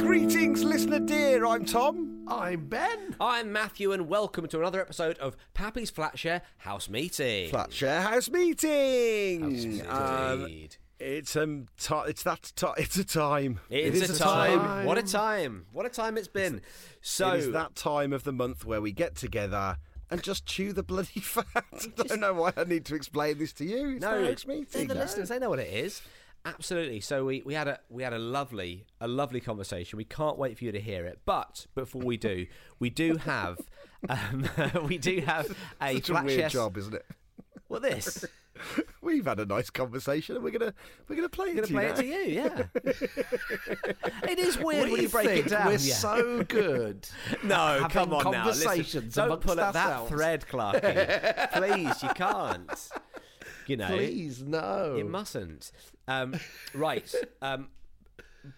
Greetings, listener dear. I'm Tom. I'm Ben. I'm Matthew, and welcome to another episode of Pappy's Flatshare House Meeting. Flat share house meeting. Indeed. Um, it's um, ti it's that ti it's a time. it is, a time. What a time. What a time it's been. So, it is that time of the month where we get together and just chew the bloody fat. I don't know why I need to explain this to you. It's the no, house they're meeting. the listeners, they know what it is. Absolutely. So we, we had a we had a lovely a lovely conversation. We can't wait for you to hear it. But before we do, we do have um, we do have a It's a weird Flatshare- job, isn't it? Well, this We've had a nice conversation, and we're gonna we're gonna play it. gonna to play you it now. to you. Yeah, it is weird What when do you break think? it down. We're yeah. so good. No, having come on now. Listen, conversations don't amongst pull up that ourselves. thread, Clarky. Please, you can't. You know, Please, no. it mustn't. Um, right. Um,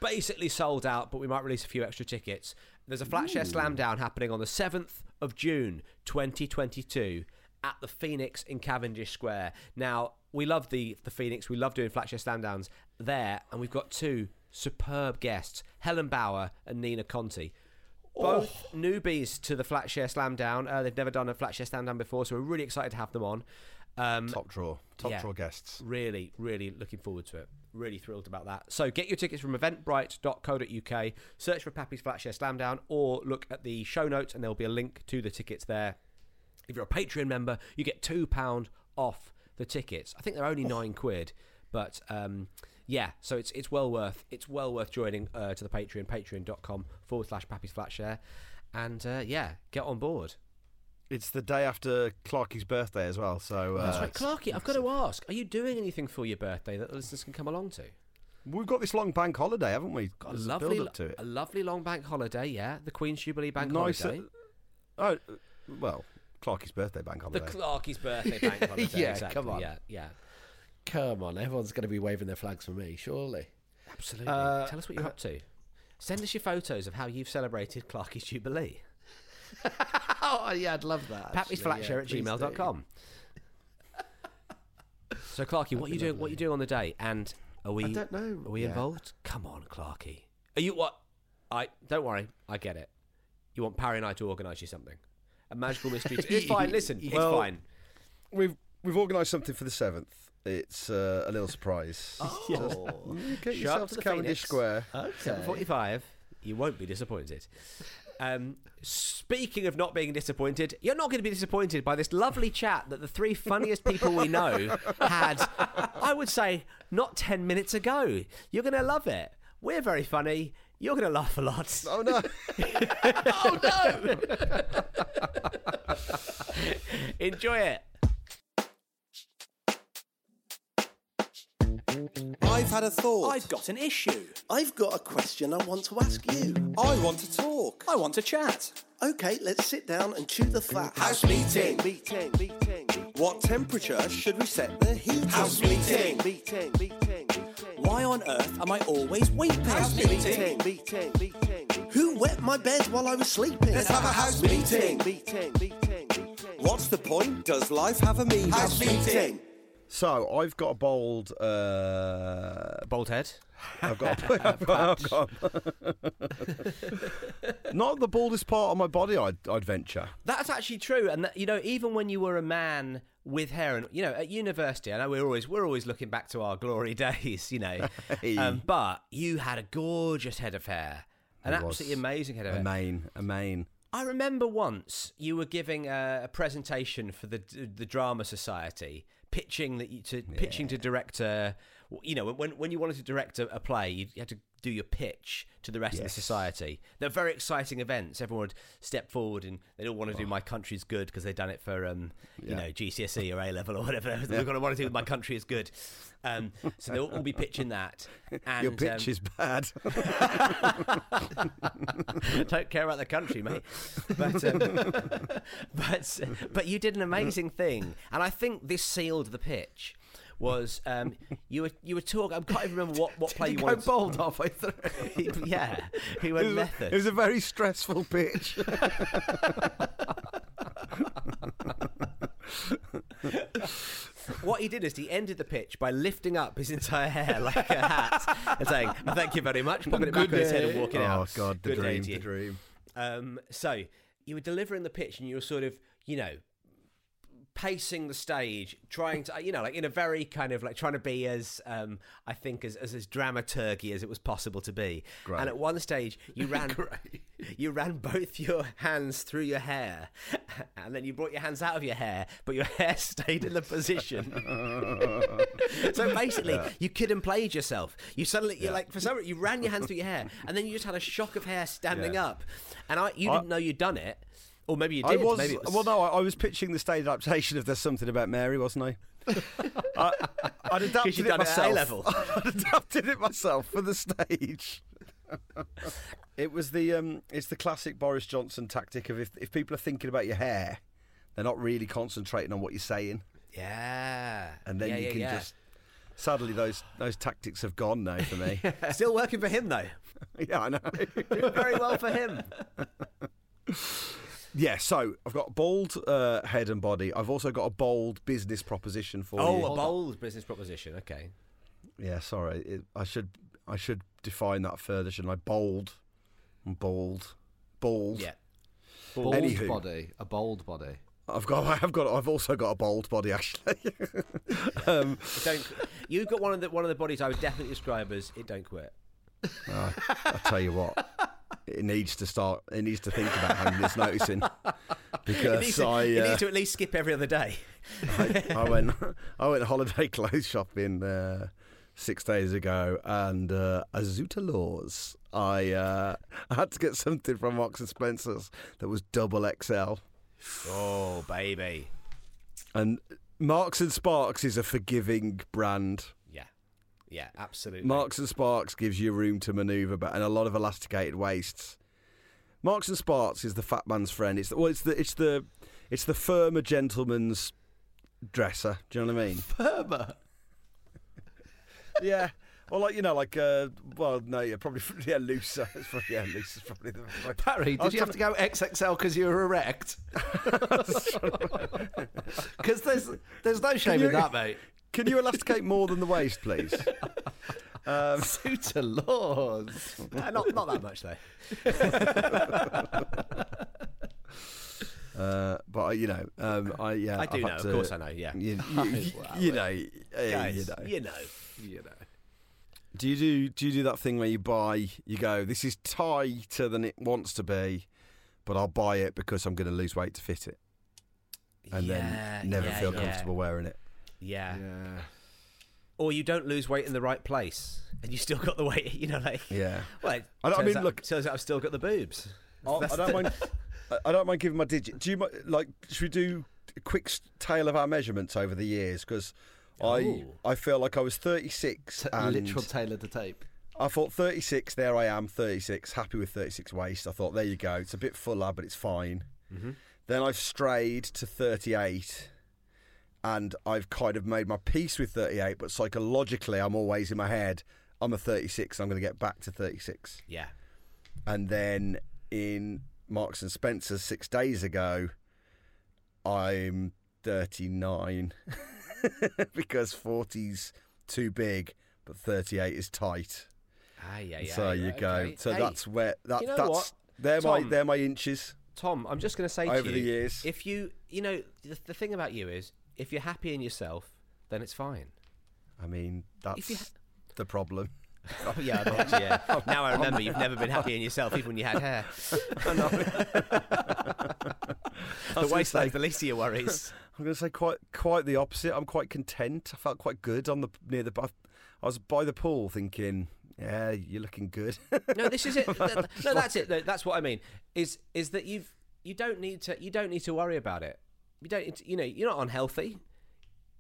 basically sold out, but we might release a few extra tickets. There's a flat share slam down happening on the 7th of June, 2022, at the Phoenix in Cavendish Square. Now, we love the, the Phoenix. We love doing flat share slam downs there, and we've got two superb guests Helen Bauer and Nina Conti. Both newbies to the flat share slam down. Uh, they've never done a flat share slam down before, so we're really excited to have them on. Um, Top draw, top Yeah. draw guests. Really, really looking forward to it. Really thrilled about that. So get your tickets from eventbrite.co.uk, search for Pappy's Flatshare Slamdown, or look at the show notes and there'll be a link to the tickets there. If you're a Patreon member, you get £2 off the tickets. I think they're only nine quid, but um, yeah, so it's it's well worth it's well worth joining uh, to the Patreon, patreon.com forward slash Pappy's Flatshare. And uh, yeah, get on board. It's the day after Clarky's birthday as well, so uh, Oh, That's right, Clarky, I've got to ask, are you doing anything for your birthday that the listeners can come along to? we've got this long bank holiday, haven't we? Got a There's lovely, build up to it. a lovely long bank holiday. Yeah, the Queen's Jubilee bank nice. holiday, uh, oh, well, Clarky's birthday bank the holiday. Clarky's birthday bank holiday. Yeah, exactly. come on. Yeah, yeah, Come on, everyone's going to be waving their flags for me, surely. absolutely. Uh, Tell us what you're up to. Send us your photos of how you've celebrated Clarky's Jubilee. uh, oh, yeah, I'd love that. actually, Pappy'sflatshare yeah, at please do. gmail.com. so, Clarky, what are you doing? What are you doing on the day? And are we? don't know Are we yet. involved? Come on, Clarky. Are you what? I don't worry. I get it. You want Parry and I to organise you something. A magical mystery. it's fine. Listen, Well, it's fine. We've we've organised something for the seventh. It's uh, a little surprise. Oh, Get Show yourself up to to, the Cavendish Phoenix. Uh, Square. okay. 45, you won't be disappointed. Um, speaking of not being disappointed, you're not going to be disappointed by this lovely chat that the three funniest people we know had, I would say, not 10 minutes ago. You're going to love it. We're very funny. You're going to laugh a lot. Oh no! Enjoy it. I've had a thought. I've got an issue. I've got a question I want to ask you. I want to talk. I want to chat. Okay, let's sit down and chew the fat. House meeting. Meeting. Meeting. What temperature should we set the heat? House at? meeting. Meeting. Meeting. Why on earth am I always weeping? House meeting. Meeting. Meeting. Who? Who wet my bed while I was sleeping? Let's have a house meeting. Meeting. Meeting. Meeting. What's the point? Does life have a meaning? House meeting. So I've got a bold. Uh, Bold head. I've got. A, I've got, I've got- not the baldest part of my body. I'd, I'd venture. That's actually true, and that, you know, even when you were a man with hair, and you know, at university, I know we're always we're always looking back to our glory days, you know, um, but you had a gorgeous head of hair, an I was. absolutely amazing head of A hair. mane. A mane. I remember once you were giving a, a presentation for the the drama society, pitching that you, to pitching to director. You know, when when you wanted to direct a, a play, you had to do your pitch to the rest of the Yes. society. They're very exciting events. Everyone would step forward and they'd all want to do "My Country's Good" because they'd done it for um, you Oh. Yeah. know GCSE E or A level or whatever. We're going to want to do "My Country Is Good," um, so they'll all be pitching that. And, Your pitch um, is bad. don't care about the country, mate. But um, but uh, but you did an amazing thing, and I think this sealed the pitch. Was um, you were you were talking? I can't even remember what, what play you go wanted. to- bald halfway through. yeah, he It went was, a, method. it was a very stressful pitch. what he did is he ended the pitch by lifting up his entire hair like a hat and saying, "Thank you very much," popping it back on his head and walking oh out. God, the Good day dream, to the you. dream. Um, so you were delivering the pitch, and you were sort of, you know, pacing the stage, trying to, you know, like in a very kind of like trying to be as, um, I think, as as, as dramaturgy as it was possible to be. Great. And at one stage, you ran, you ran both your hands through your hair, and then you brought your hands out of your hair, but your hair stayed in the position. so basically, you kid and played yourself. You suddenly, you're like, for some reason, you ran your hands through your hair, and then you just had a shock of hair standing Yeah. up, and I, you didn't know you'd done it. Or maybe you I did. was, maybe it was... well, no, I, I was pitching the stage adaptation of "There's Something About Mary," wasn't I? I I'd adapted you'd it done it at myself. A-level. I'd adapted it myself for the stage. it was the um, it's the classic Boris Johnson tactic of if if people are thinking about your hair, they're not really concentrating on what you're saying, Yeah. and then Yeah, you yeah, can yeah. just. Sadly, those those tactics have gone now for me. Still working for him, though. yeah, I know. Very well for him. yeah, so I've got bald uh, head and body. I've also got a bold business proposition for you. Oh, a bold business proposition. Okay. Yeah, sorry. It, I should I should define that further, shouldn't I? Bold, I'm bald, bald. Yeah. Bald Anywho. body, a bold body. I've got I have got I've also got a bald body actually. um, Don't. You've got one of the one of the bodies I would definitely describe as it don't quit. I tell you what, it needs to start. It needs to think about homeless noticing It because needs, to, I it uh, needs to at least skip every other day. I went I went holiday clothes shopping uh, six days ago, and uh, Azuta Laws. I uh, I had to get something from Marks and Spencers that was double XL. Oh, baby. And Marks and Sparks is a forgiving brand. Yeah. Yeah, absolutely. Marks and Sparks gives you room to manoeuvre, but and a lot of elasticated waists. Marks and Sparks is the fat man's friend. It's the, well, it's the it's the it's the firmer gentleman's dresser. Do you know what I mean? Firmer. yeah. Or like you know, like uh, well, no, yeah, probably yeah, looser. It's probably, yeah, looser is probably the right. Barry, I was did you have to go XXL because you were erect? Because there's there's no shame you- in that, mate. Can you elasticate more than the waist, please? Suit of laws. Uh, not, not that much, though. Uh, but I- you know, um, I yeah, I do I've know. had Of to- course I know. Yeah. You, you, you know, uh, you Guys, know. you know. You know. Do you do do you do that thing where you buy you go this is tighter than it wants to be, but I'll buy it because I'm going to lose weight to fit it and Yeah, then never yeah, feel yeah. comfortable wearing it. Yeah. Yeah. Or you don't lose weight in the right place and you still got the weight, you know, like. Yeah. Well, it I don't- I turns mean, out- look- Turns out I've still got the boobs. Oh, I, I don't mind. I- I don't mind giving my digit. Do you mi- like? Should we do a quick s- tale of our measurements over the years? Because I Ooh. I feel like I was 36 T- and literal tailor to tape. I thought 36. There I am, 36. Happy with 36 waist. I thought there you go. It's a bit fuller, but it's fine. Then I've strayed to 38, and I've kind of made my peace with 38. But psychologically, I'm always in my head. I'm a 36. I'm going to get back to 36 Yeah. and then in Marks and Spencer's six days ago, I'm 39 because 40's too big, but 38 is tight. Ah, yeah, yeah. so you yeah, go. okay. So Hey, that's where that you know that's what, they're my Tom? they're my inches. Tom, I'm just going to say to Over you, the years. if you, you know, the, the thing about you is, if you're happy in yourself, then it's fine. I mean that's you ha- Oh, the problem. yeah, I'm happy, yeah. Oh, Now I remember you've never been happy in yourself, even when you had hair. I know. the waistline's the least of your worries. I'm going to say quite quite the opposite. I'm quite content. I felt quite good on the near the. I was by the pool thinking, yeah, you're looking good. No, this is it. Th- th- No, that's it. No, that's what I mean. Is is that you've you don't need to you don't need to worry about it. You don't. it's- You know, you're not unhealthy.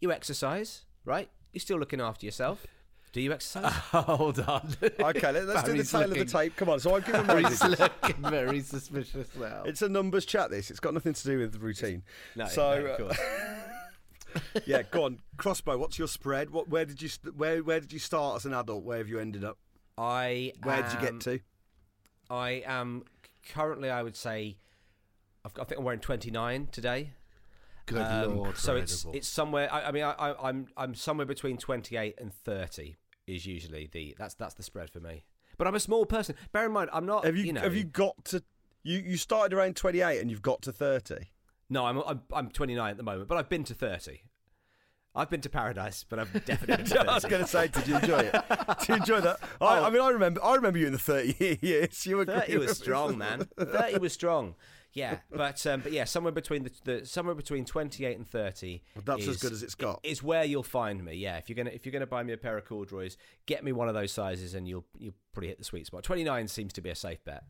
You exercise, right? You're still looking after yourself. Do you exercise? Hold on. okay, let, let's do the Barry's tail looking- of the tape. Come on. So I've given mine. He's looking very suspicious now. It's a numbers chat. This. It's got nothing to do with routine. No, so no, of uh, course. yeah, go on. Crossbow. What's your spread? What? Where did you? st- Where? Where did you start as an adult? Where have you ended up? I Where did you am- get to? I am currently, I would say, I've, got- I think I'm wearing 29 today. Good Um, lord. so it's Credible. it's somewhere. I, I mean, I, I, I'm I'm somewhere between 28 and 30 is usually the that's that's the spread for me. But I'm a small person. Bear in mind, I'm not. Have you? know, have you got to? You you started around 28 and you've got to 30. No, I'm, I'm I'm 29 at the moment, but I've been to 30. I've been to paradise, but I've definitely been to 30. I was going to say, did you enjoy it? Did you enjoy that? I, I mean, I remember, I remember you in the 30 years. You were 30 was strong, man. 30 was strong. Yeah, but um, but yeah, somewhere between the, the somewhere between 28 and 30. that's is, as good as it's got. Is where you'll find me. Yeah, if you're gonna if you're gonna buy me a pair of corduroys, get me one of those sizes, and you'll you'll probably hit the sweet spot. 29 seems to be a safe bet.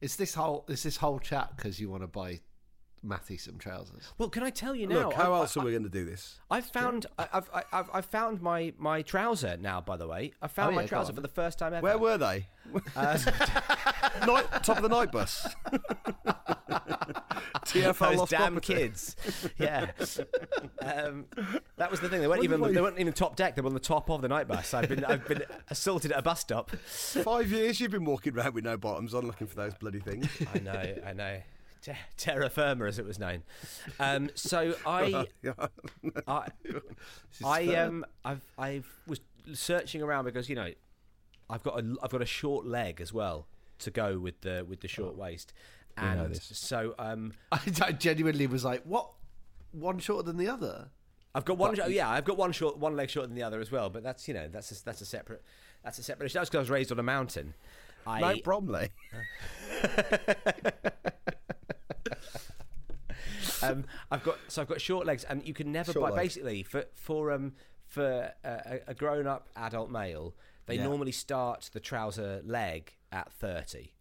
Is this whole is this whole chat because you want to buy Matty some trousers? Well, can I tell you now? Look, how I- else are we going to do this? I've found I- I've, I- I've I've found my my trouser now. By the way, I found Oh, my yeah, go trouser on. for the first time ever. Where were they? Uh, night, top of the night bus. TFL those lost damn property. kids. Yeah, um, that was the thing. They weren't even they weren't even top deck. They were on the top of the night bus. I've been I've been assaulted at a bus stop. Five years you've been walking around with no bottoms on, looking for those bloody things. I know, I know. Te- terra firma, as it was known. Um, so I, I, I um, I've I was searching around because you know, I've got a I've got a short leg as well to go with the with the short waist, and so um, I, I genuinely was like, what? One shorter than the other? I've got one. oh, yeah, I've got one short, one leg shorter than the other as well. But that's you know that's a, that's a separate that's a separate issue. That's because I was raised on a mountain. I, Mount Bromley. um, I've got so I've got short legs, and you can never Short buy leg. basically for for um for uh, a, a grown up adult male. They normally start the trouser leg at thirty.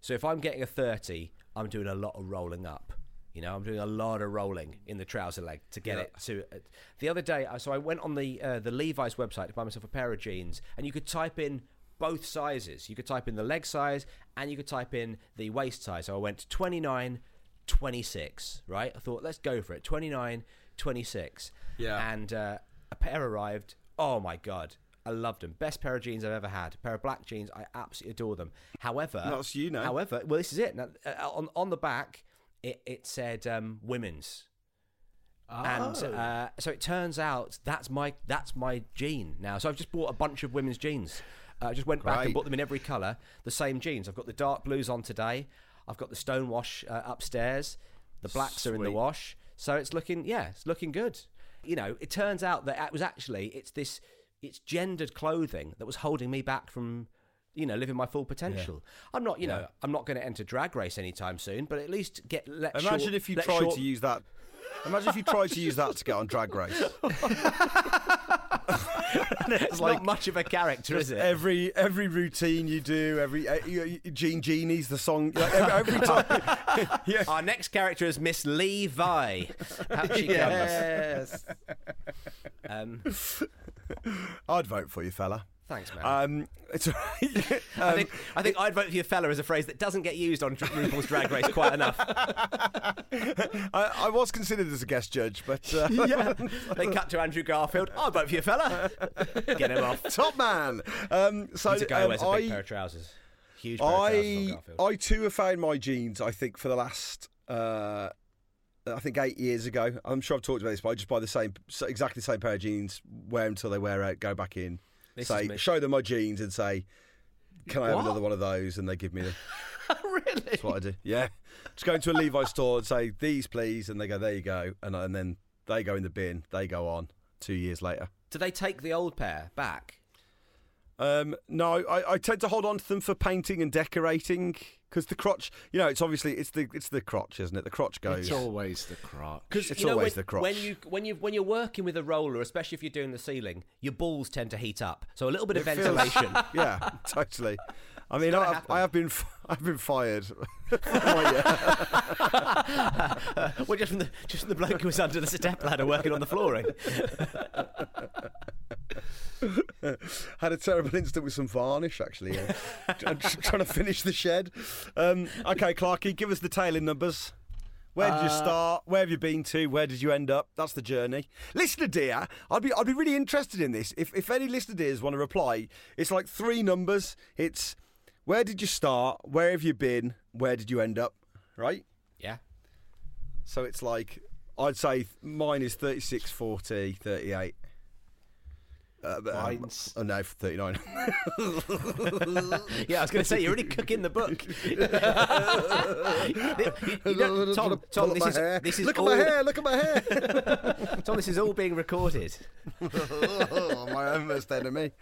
So if I'm getting a thirty, I'm doing a lot of rolling up. You know, I'm doing a lot of rolling in the trouser leg to get it to. Uh, the other day, I- so I went on the uh, the Levi's website to buy myself a pair of jeans, and you could type in both sizes. You could type in the leg size and you could type in the waist size. So I went 29, 26, right? I thought, let's go for it. 29, 26. Yeah. And uh, a pair arrived. Oh my God. I loved them. Best pair of jeans I've ever had. pair of black jeans. I absolutely adore them. However, That's you now. However, well, this is it. Now, uh, on, on the back, it, it said um, women's. And Oh. uh, so it turns out that's my that's my jean now. So I've just bought a bunch of women's jeans. I just went back and Great. bought them in every colour, the same jeans. I've got the dark blues on today. I've got the stonewash uh, upstairs. The blacks are in the wash, so it's looking yeah, it's looking good. You know, it turns out that it was actually it's this it's gendered clothing that was holding me back from you know living my full potential. I'm not you know I'm not going to enter drag race anytime soon, but at least get let Imagine short- if you let tried short- to use that. Imagine if you tried to use that to get on Drag Race. It's not much of a character, is it? Every every routine you do, every uh, you- you- Gene Genie's the song. Like, every, every time, Our next character is Miss Levi. Out she Yes. comes. Um, I'd vote for you, fella. thanks, man. Um, it's, um, I think I think I'd vote for your fella as a phrase that doesn't get used on Dr- RuPaul's Drag Race quite enough. I, I was considered as a guest judge, but uh, they cut to Andrew Garfield. I'd vote for your fella. Get him off. top man. Um, so He's a guy who um, wears a big pair I, of trousers. Huge pair of trousers I, on Garfield. I too have found my jeans. I think for the last, uh, I think eight years ago. I'm sure I've talked about this, but I just buy the same, so exactly the same pair of jeans, wear them till they wear out, go back in, This is say, me. show them my jeans, and say, "Can I have What? another one of those?" And they give me them. really? That's what I do. Yeah. Just go into a Levi's store and say, these, please. And they go, there you go. And, and then they go in the bin. They go on two years later. Do they take the old pair back? Um, no, I, I tend to hold on to them for painting and decorating because the crotch. You know, it's obviously it's the it's the crotch, isn't it? The crotch goes. It's always the crotch. Because It's you know, always when, the crotch. When you when you when you're working with a roller, especially if you're doing the ceiling, your balls tend to heat up. So a little bit of It feels- ventilation. yeah, totally. I mean, I, happen. I have been f- I've been fired. My, uh, well, just from the just from the bloke who was under the step ladder working on the flooring. had a terrible incident with some varnish actually. uh, tr- tr- trying to finish the shed. Um, okay, Clarky, give us the tailing numbers. Where did you start? Where have you been to? Where did you end up? That's the journey. Listener dear, I'd be I'd be really interested in this. If if any listener dears want to reply, it's like three numbers. It's where did you start? Where have you been? Where did you end up? Right? Yeah. So it's like I'd say mine is 36, 40, 38. Uh, but, um, Mine's- oh no, 39. Yeah, I was going to say you're really cooking the book. You- you don't- Tom, Tom, Pull up this my is hair. this is look all, at my hair. Look at my hair. Tom, this is all being recorded. my own worst enemy.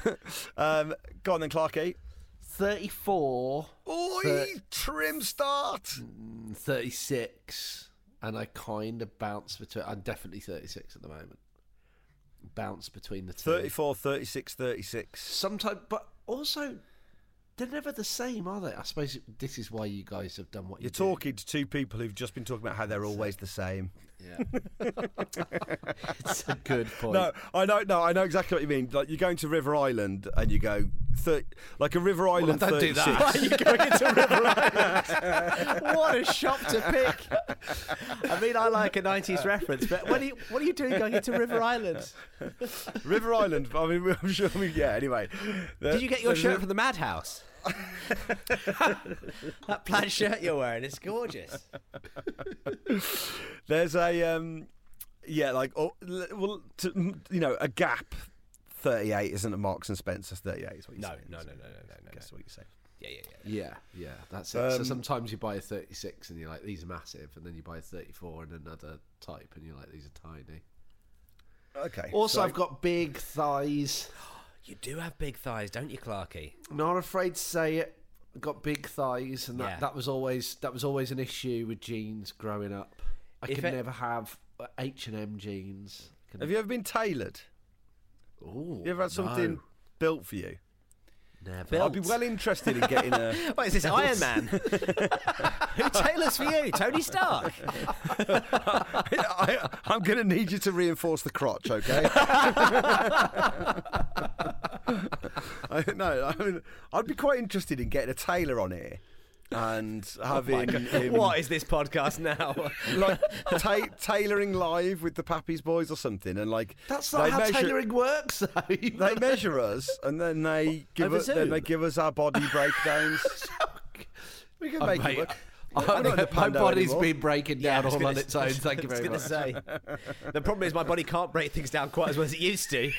um, go on then, Clarky. 34, Oi, trim start. 36, and I kind of bounce between. I'm definitely 36 at the moment. Bounce between the two. 34, 36, 36. Sometimes, but also, they're never the same, are they? I suppose it- this is why you guys have done what you You're talking to two people who've just been talking about how they're always the same. It's a good point. No, I know. No, I know exactly what you mean. Like you're going to River Island and you go, thir- like a River Island. don't do 36. that. you going into River what a shop to pick! I mean, I like a '90s reference, but what are you what are you doing going into River Island? River Island. I mean, I'm sure. I mean, yeah. Anyway, Did you get your shirt from the madhouse? that plaid shirt you're wearing, it's gorgeous. There's a um, yeah, like oh, l- well, to, m- you know, a gap. 38 isn't a Marks and Spencer's 38. Is what you're No, saying. no, no, That's no, no, no, no. what you're saying. Yeah, yeah, yeah. Yeah, yeah, that's it. so Um, sometimes you buy a 36 and you're like, these are massive, and then you buy a 34 and another type, and you're like, these are tiny. Okay. Also, so- I've got big thighs. You do have big thighs, don't you, Clarky? I'm not afraid to say it. I've got big thighs, and that, Yeah. that was always that was always an issue with jeans growing up. I If could it- never have uh, H and M jeans. Have you ever been tailored? Ooh, You ever had something built for you? Never. I'd be well interested in getting a. What is this, Iron Man? Who tailors for you? Tony Stark? I, I'm going to need you to reinforce the crotch, okay? I, no, I mean, I'd be quite interested in getting a tailor on here and having him Oh What is this podcast now? like ta- tailoring live with the Pappies Boys or something, and like That's not they how measure- tailoring works, though. They measure us, and then they give Over us then Zoom? they give us our body breakdowns. we can make it Oh, mate, work. I, I'm not in the my pando body's anymore. been breaking Yeah, I down was all gonna on s- its own. Thank you very I much. was going to say. The problem is my body can't break things down quite as well as it used to.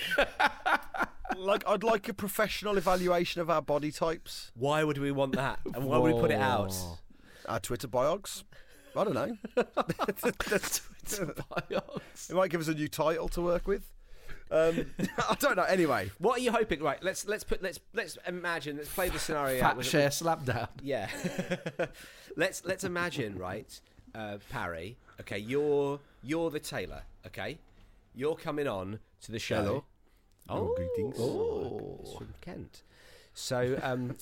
Like I'd like a professional evaluation of our body types. Why would we want that? And why would we put it out? Whoa. Our Twitter biogs. I don't know. It might give us a new title to work with. Um, I don't know. Anyway, What are you hoping? Right, let's let's put let's let's imagine. Let's play the scenario. out Fat with- share slap down. Yeah. let's let's imagine, right, uh, Parry. Okay, you're you're the tailor. Okay, you're coming on to the show. Hello. Oh, greetings. oh, it's from Kent. So, um,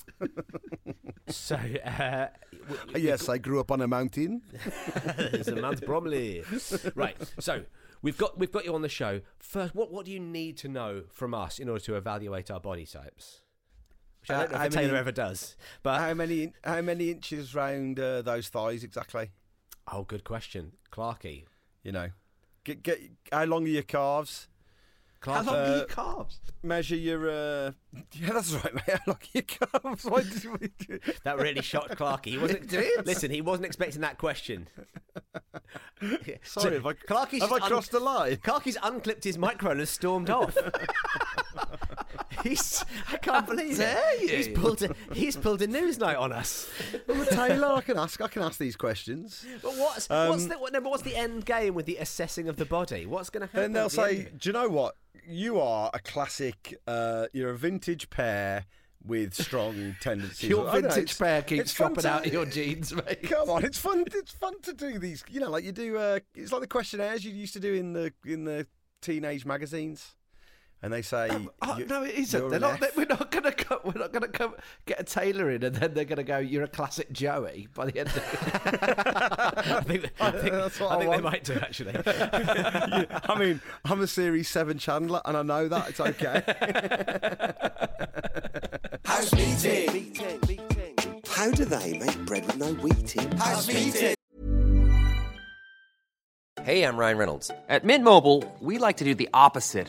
so uh, w- yes, I grew up on a mountain. it's a man's Bromley. Right. So we've got we've got you on the show. First, what what do you need to know from us in order to evaluate our body types? Which I Uh, don't know how if the tailor many- ever does. But How many? How many inches round uh, those thighs exactly? oh, good question, Clarky. You know, get get. How long are your calves? How Clarky. long are Uh, your calves? Measure your. Uh... Yeah, that's right, mate. How long are your calves? Why did we do? That really shocked Clarky. He wasn't. did. Listen, he wasn't expecting that question. Sorry, have I, Clarky's have I just un- crossed the line? Clarky's unclipped his microphone and stormed off. he's. I can't believe it. He's pulled. A, he's pulled a news night on us. I'm a tailor. I can ask. I can ask these questions. But what's Um, what's the what, no, but what's the end game with the assessing of the body? What's going to Then happen? they'll at the say, end? "Do you know what? you are a classic. Uh, you're a vintage pair with strong tendencies. Your I know, vintage it's- pair keeps it's fun dropping to- out of your jeans, mate. Come on, it's fun. It's fun to do these. You know, like you do. Uh, it's like the questionnaires you used to do in the in the teenage magazines, and they say, Oh, you- no, it you're isn't. They're an not, F. we're not going to come. We're not going to come get a tailor in, and then they're going to go. You're a classic Joey by the end. of I think, I think, That's what I I think they want. might do actually. I mean, I'm a Series Seven Chandler, and I know that it's okay. House meeting. meeting, meeting, meeting. How do they make bread with no wheat in? House meeting. Hey, I'm Ryan Reynolds. At Mint Mobile, we like to do the opposite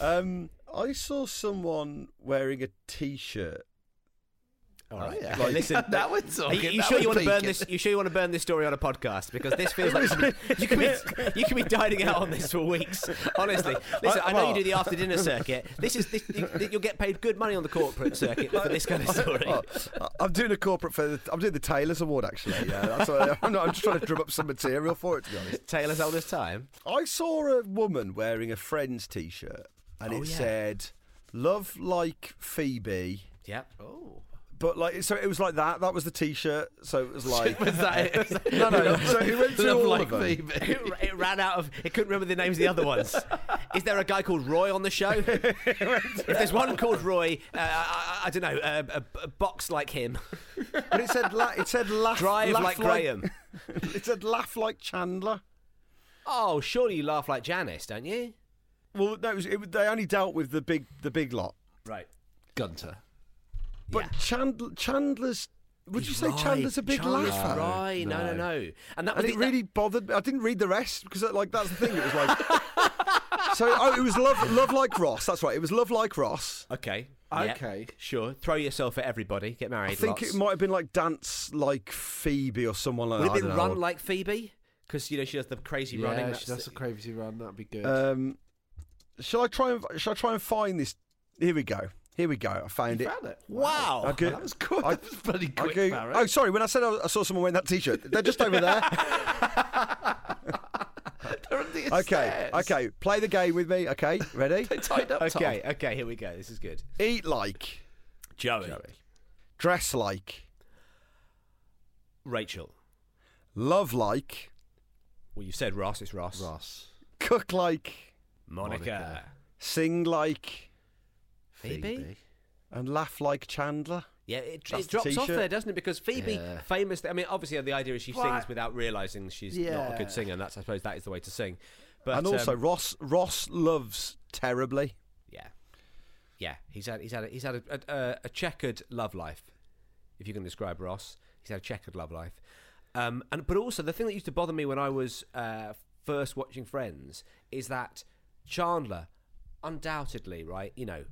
Um, I saw someone wearing a T-shirt. All right. yeah. Well, listen, that we're talking. Are you, you that sure we're you want to burn peaking. this? You sure you want to burn this story on a podcast? Because this feels like you can be you can be dining out on this for weeks. Honestly, listen, I, know you do the after dinner circuit. This is this, you, you'll get paid good money on the corporate circuit for this kind of story. Oh, I- I'm doing a corporate for the, I'm doing the Taylor's Award actually. Yeah, that's what I, I'm, not, I'm just trying to drum up some material for it. To be honest, Taylor's oldest time. I saw a woman wearing a Friends T-shirt, and Oh, it yeah. said "Love like Phoebe." Yep. But like, so it was like that. That was the T-shirt. So it was like, Was that it? no, no. So he went through Love all like of them. Phoebe. It, it ran out of. It couldn't remember the names of the other ones. Is there a guy called Roy on the show? if there's one called Roy, uh, I, I- I don't know, uh, a, a box like him, But it said, la- it said laugh, drive laugh like Graham. it said laugh like Chandler. Oh, surely you laugh like Janice, don't you? Well, no, it was, it, they only dealt with the big, the big lot. Right. Gunter. But Chandler, Chandler's, would you say Chandler's a big Chandler's laugher? Right, no, no, no. And that And was it really bothered me. I didn't read the rest because, like, that's the thing. It was like, so oh, it was love, love like Ross. That's right. It was love like Ross. Okay. yeah, Okay. Sure. Throw yourself at everybody. Get married. I think lots. it might have been like dance like Phoebe or someone like Would it that. be I don't run know. like Phoebe? Because you know she does the crazy Yeah, running. that's, that's a crazy run. That'd be good. Um, shall I try and shall I try and find this? Here we go. Here we go. I found it. Found it. Wow. I go- That was good. I- that was bloody I quick, go- Barrett. oh, sorry. When I said I, I saw someone wearing that T-shirt, they're just over there. They're on the okay, stairs. okay. Play the game with me. Okay, ready? They tied up. Tom. Okay. Okay. Here we go. This is good. Eat like, Joey. dress like, Rachel. love like, Well, you said Ross. It's Ross. Ross. cook like, Monica. Monica. sing like, Phoebe. and laugh like Chandler. Yeah, it, That's it the drops off t-shirt. there, doesn't it? Because Phoebe, Yeah. famously, I mean, obviously, the idea is she sings What? without realizing she's not a Yeah. good singer, and that's, I suppose, that is the way to sing. But and also um, Ross. Ross loves terribly. Yeah, yeah. He's had he's had a, he's had a, a, a, a checkered love life, if you can describe Ross. He's had a checkered love life, um, and but also the thing that used to bother me when I was uh, first watching Friends is that Chandler, undoubtedly, right? You know,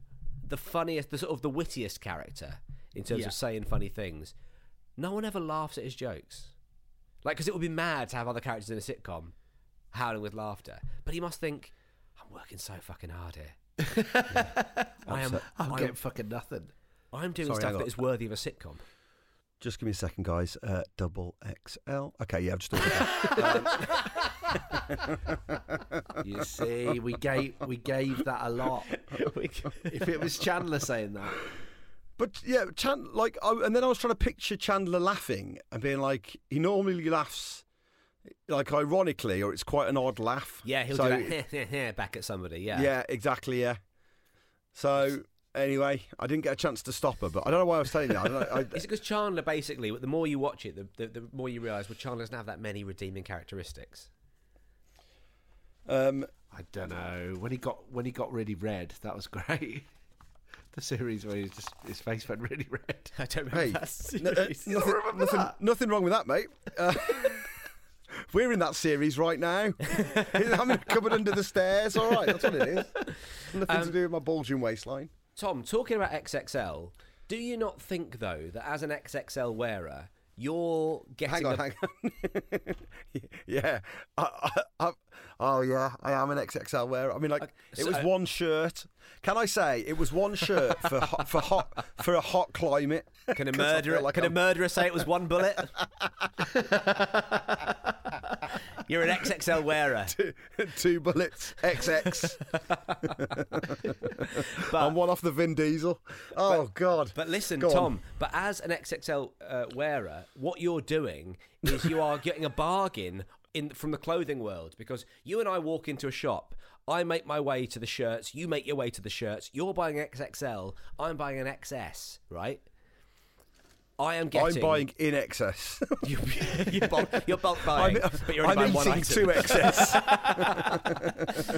the funniest, the sort of the wittiest character in terms Yeah. of saying funny things. No one ever laughs at his jokes, like because it would be mad to have other characters in a sitcom howling with laughter. But he must think, I'm working so fucking hard here. I am. I'm I'm, getting fucking nothing. I'm doing Sorry, stuff hang that on. is worthy of a sitcom. Just give me a second, guys. Uh, double XL. Okay, yeah, I've just ordered that. You see, we gave we gave that a lot. if it was Chandler saying that, But yeah, Chan- like, I, and then I was trying to picture Chandler laughing and being like, he normally laughs, like ironically, or it's quite an odd laugh. Yeah, he'll So- do that back at somebody. Yeah. exactly. Yeah, So anyway, I didn't get a chance to stop her, but I don't know why I was telling you. that. I don't know, I, Is it because Chandler basically? The more you watch it, the, the, the more you realise. Well, Chandler doesn't have that many redeeming characteristics. Um, I don't know. When he got when he got really red, that was great. The series where he's just, his face went really red. I don't Hey, n- uh, nothing, nothing, nothing wrong with that, mate. Uh, we're in that series right now. I'm in a cupboard under the stairs. All right, that's what it is. Nothing to do with my bulging waistline. Tom, talking about XXL, do you not think though that as an XXL wearer, you're Hang getting on, the- hang on. yeah, I, I, I, oh yeah, I am an XXL wearer. I mean, like it was so- one shirt. Can I say it was one shirt for hot, for hot for a hot climate? Can a 'Cause I murderer feel like can I'm- a murderer say it was one bullet? You're an XXL wearer. two bullets XX. I'm one off the Vin Diesel. Oh God! But listen, Go on. Tom. But as an XXL uh, wearer, what you're doing is you are getting a bargain in from the clothing world because you and I walk into a shop. I make my way to the shirts. You make your way to the shirts. You're buying XXL. I'm buying an XS. Right. I am getting. I'm buying in excess. You, you're, bulk, you're bulk buying, I'm, but you're only I'm buying eating one item. two excess.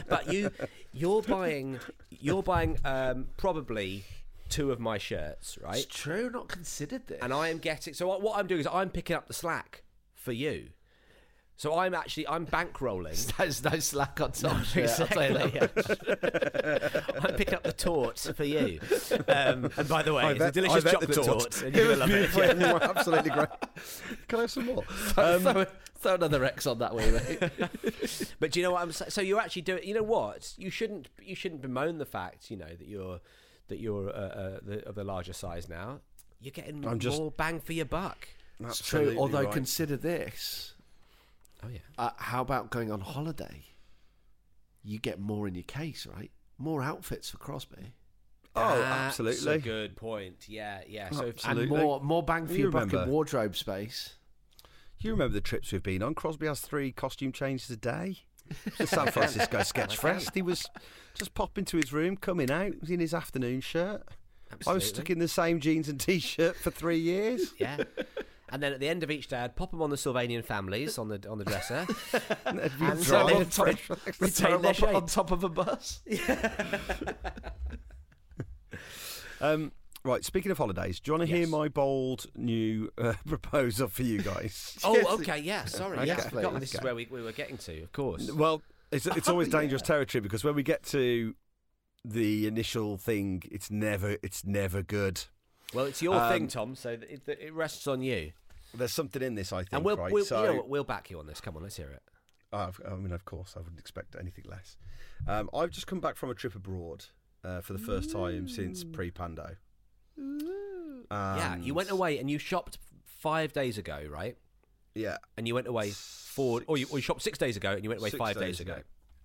but you you're buying you're buying um, probably two of my shirts, right? It's true. Not considered this. And I am getting so what, what I'm doing is I'm picking up the slack for you. So I'm actually I'm bankrolling. There's no slack on top. I'm picking up the torts for you. Um, and by the way, I it's bet- a delicious I bet the chocolate tort. torts, and you're gonna love it. Beautiful. Absolutely great. Can I have some more? Um, throw, throw another X on that way, mate. But do you know what I'm saying? So you're actually doing. You know what? You shouldn't. You shouldn't bemoan the fact. You know that you're that you're uh, uh, the, of the larger size now. You're getting I'm just- more bang for your buck. It's true. absolutely Although right. consider this. Oh yeah. Uh, how about going on holiday? You get more in your case, right? More outfits for Crosby. oh, absolutely. That's a good point. Yeah, yeah. So if, Absolutely. And more more bang for You your buck in remember- wardrobe space. You remember the trips we've been on? Crosby has three costume changes a day. The San Francisco Sketch Fest. He was just pop into his room, coming out was in his afternoon shirt. I was stuck Absolutely. in the same jeans and t-shirt for three years. yeah. And then at the end of each day, I'd pop them on the Sylvanian families on the on the dresser. And so drive on fresh top- rags. retain their shape. on top of a bus. Um, right. Speaking of holidays, do you want to hear my bold new uh, proposal for you guys? Oh, okay, yeah. Sorry, Okay, yeah. I forgot please. This is where we, we were getting to, of course. Well, it's it's always dangerous territory because when we get to the initial thing, it's never it's never good. Well, it's your Um, thing, Tom. So it, it rests on you. There's something in this, I think. And we'll, right? we'll so, you know what, we'll back you on this. Come on, let's hear it. Uh, of- I mean, of course, I wouldn't expect anything less. Um, I've just come back from a trip abroad uh, for the first time since pre-Pando. yeah, And- you went away and you shopped five days ago, right? Yeah, And you went away four, or you, or you shopped six days ago and you went away six five days, ago.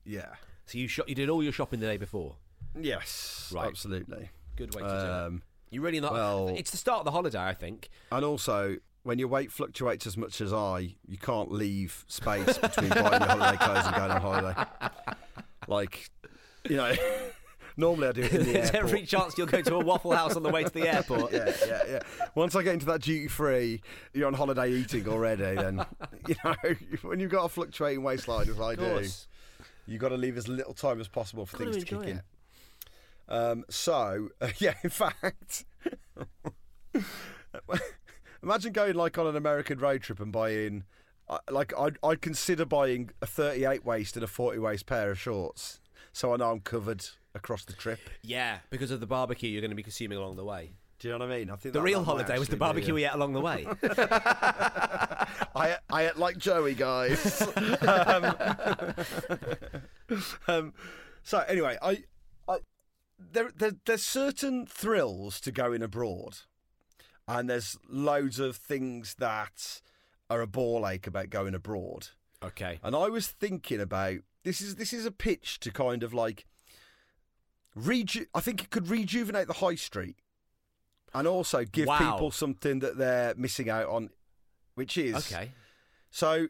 Yeah. So you shop, you did all your shopping the day before. Yes. Right. Absolutely. Good way to do it. Um, You really not. well- it's the start of the holiday, I think. and also, when your weight fluctuates as much as I, you can't leave space between buying your holiday clothes and going on holiday. Like, you know, normally I do it in the There's airport. every chance you'll go to a Waffle House on the way to the airport. yeah, yeah, yeah. Once I get into that duty free, you're on holiday eating already. Then you know when you've got a fluctuating waistline as I Of do, course. you've got to leave as little time as possible for Gotta things to kick enjoy in. Um, so uh, yeah, in fact, imagine going like on an American road trip and buying. I- Like I'd, I'd consider buying a 38 waist and a 40 waist pair of shorts, so I know I'm covered across the trip. Yeah, because of the barbecue you're going to be consuming along the way. Do you know what I mean? I think The that- real that might holiday was the actually be, barbecue uh, we ate along the way. I, I like Joey, guys. um, um, so anyway, I, I there, there there's certain thrills to going abroad, and there's loads of things that are a ball ache about going abroad. okay. And I was thinking about this is this is a pitch to kind of like reju- I think it could rejuvenate the high street and also give Wow. people something that they're missing out on which is Okay. so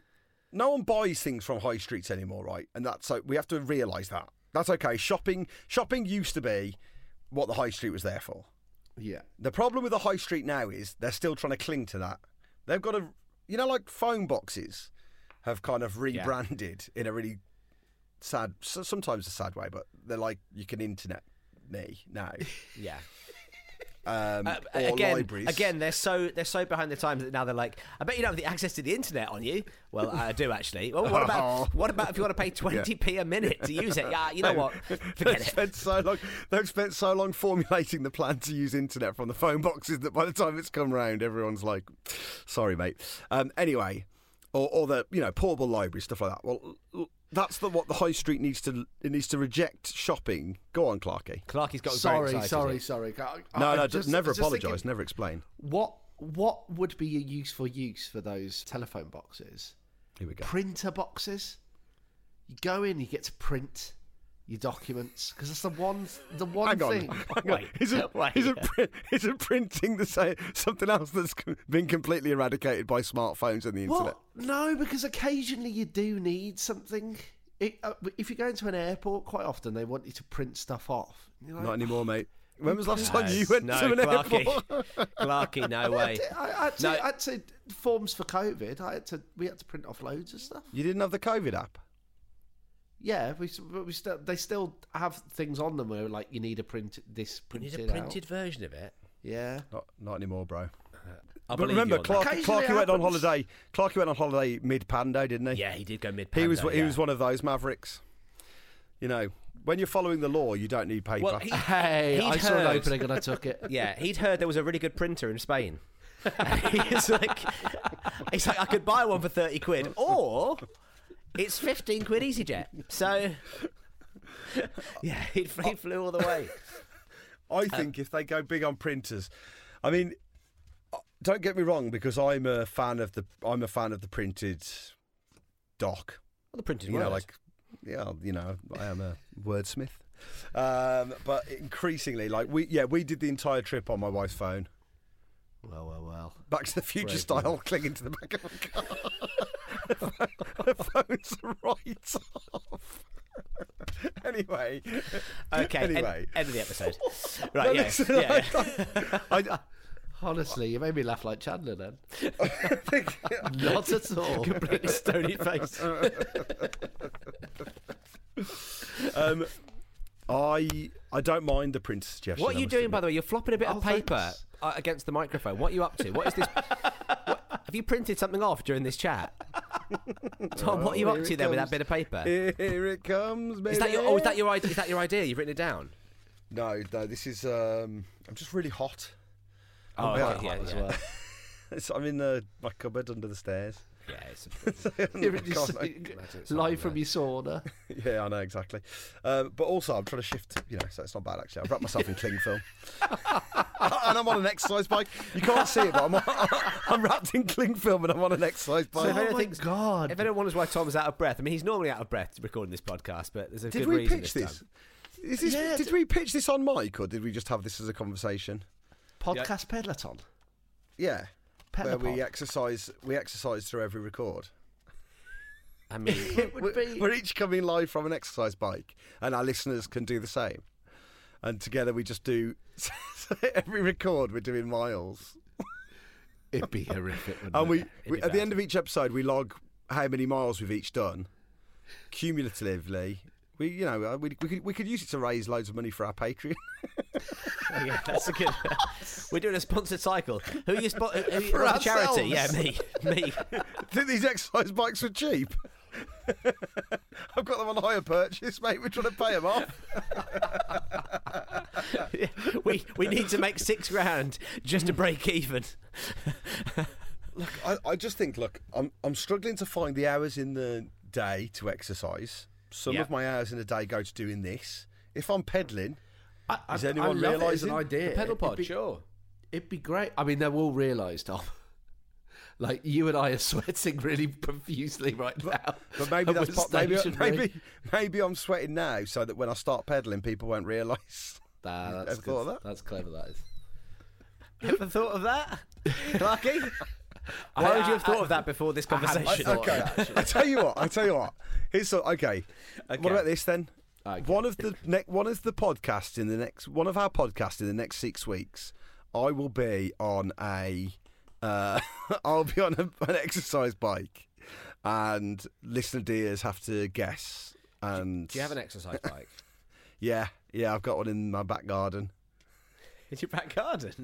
no one buys things from high streets anymore, right? And that's so we have to realise that. That's okay. Shopping shopping used to be what the high street was there for. Yeah. The problem with the high street now is they're still trying to cling to that. They've got a, you know, like phone boxes have kind of rebranded in a really sad, so- sometimes a sad way, but they're like you can internet me now. Yeah. Um, Uh, or again, libraries. again, they're so they're so behind the times that now they're like, I bet you don't have the access to the internet on you. Well, I do actually. Well, what Oh. about what about if you want to pay twenty p a minute to use it? Yeah, you know what? Forget they've it. Spent so long, they've spent so long formulating the plan to use internet from the phone boxes that by the time it's come round, everyone's like, "Sorry, mate." Um, anyway, or, or the you know portable library stuff like that. Well, l- l- that's the what the high street needs to it needs to reject shopping. Go on, Clarky. Clarky's got Sorry, sorry, sorry. I- I- No, Uh, I'm no, just- never I'm just apologise, thinking- never explain. What what would be a useful use for those telephone boxes? Here we go. Printer boxes. You go in, you get to print your documents because that's the one the one Hang on, thing. hang on. Isn't, isn't, print, isn't printing the same, something else that's co- been completely eradicated by smartphones and the internet? What? No, because occasionally you do need something. It, uh, if you go into an airport, quite often they want you to print stuff off. You're like, Not anymore, mate. When was the last No, time you went no, to an Clarky. airport? Clarky, no way. I, I, had to, No. I had to forms for COVID. I had to. We had to print off loads of stuff. You didn't have the COVID app. Yeah, we s- but we still they still have things on them where like you need a print this printed Need a out. printed version of it. Yeah, Not, not anymore, bro. I but believe remember, you on that. Clark, Occasionally Clark it went on happens. holiday. Clark went on holiday mid Pando, didn't he? Yeah, he did go mid. He was he yeah. was one of those mavericks. You know, when you're following the law, you don't need paper. Well, he- Hey, he'd I saw an heard- opening and I took it. Yeah, he'd heard there was a really good printer in Spain. he's like, he's like, I could buy one for thirty quid, or it's fifteen quid EasyJet. So, yeah, he, he flew all the way. uh, I think if they go big on printers, I mean, uh, don't get me wrong, because I'm a fan of the I'm a fan of the printed doc. Well, the printed you know, word. like, yeah, you know, I am a wordsmith. Um, but increasingly, like we, yeah, we did the entire trip on my wife's phone, Well, well, well. Back to the Future Brave style, clinging to the back of the car. the phone's right off. anyway, okay, en- Anyway, end of the episode. No, Right, yeah, listen, yeah, yeah. I, I, Honestly, you made me laugh like Chandler then. I think Not at all. completely stony face. um, I I don't mind the printer suggestion. What are you doing, by the way? You're flopping a bit Oh, of paper thanks. uh, against the microphone. What are you up to? What is this? what, have you printed something off during this chat? Tom, what are you Oh, up here to it there with that comes. bit of paper? Here it comes, baby. Is that your? Oh, is that your? ide- Is that your idea? You've written it down. No, no. This is. Um, I'm just really hot. Oh, yeah, okay, yeah, yeah. It's, I'm in the my cupboard under the stairs. Yeah, it's Here it is, Oh, God, I- Live from your sauna. yeah, I know exactly. Um, but also, I'm trying to shift. You know, so it's not bad actually. I've wrapped myself in cling film, and I'm on an exercise bike. You can't see it, but I'm, on, I'm wrapped in cling film, and I'm on an exercise bike. if oh anyone my thinks- god! if anyone wonders why Tom's out of breath, I mean, he's normally out of breath recording this podcast, but there's a did good we reason pitch this, this? time. Is this Yeah, did d- we pitch this on mic, or did we just have this as a conversation? Podcast Peloton. Yeah, where we Pelopod. exercise. We exercise through every record. I mean, It would be. We're each coming live from an exercise bike, and our listeners can do the same. And together we just do so every record. We're doing miles, It'd be horrific. wouldn't and it? we, we at the end of each episode we log how many miles we've each done cumulatively. We, you know, uh, we, we, could, we could use it to raise loads of money for our Patreon. yeah, that's a good. We're doing a sponsored cycle. Who are you? Spo- who are you For what's the charity? Yeah, me, ourselves. me. Think these exercise bikes were cheap? I've got them on hire purchase, mate. We're trying to pay them off. we we need to make six grand just to break even. I, I just think, look, I'm I'm struggling to find the hours in the day to exercise. Some Yeah. of my hours in the day go to doing this. If I'm peddling, I, I, Is anyone I love it as realising? an idea? Pedal It'd pod, be- sure. It'd be great. I mean, they're all realised, Tom. Like you and I are sweating really profusely right now. but maybe And that's we're part, maybe stationary. maybe maybe I'm sweating now, so that when I start peddling, people won't realise. Nah, that's Ever thought of good. that? That's clever. That is. Ever thought of that, Clarky? Why would you have thought of that before this hadn't conversation? thought of Okay, I tell you what. I tell you what. Here's so okay. What about this then? One of the ne- one of the podcasts in the next one of our podcasts in the next six weeks, I will be on a, uh, I'll be on a, an exercise bike, and listener dears have to guess. And Do you have an exercise bike? yeah, yeah, I've got one in my back garden. In your back garden?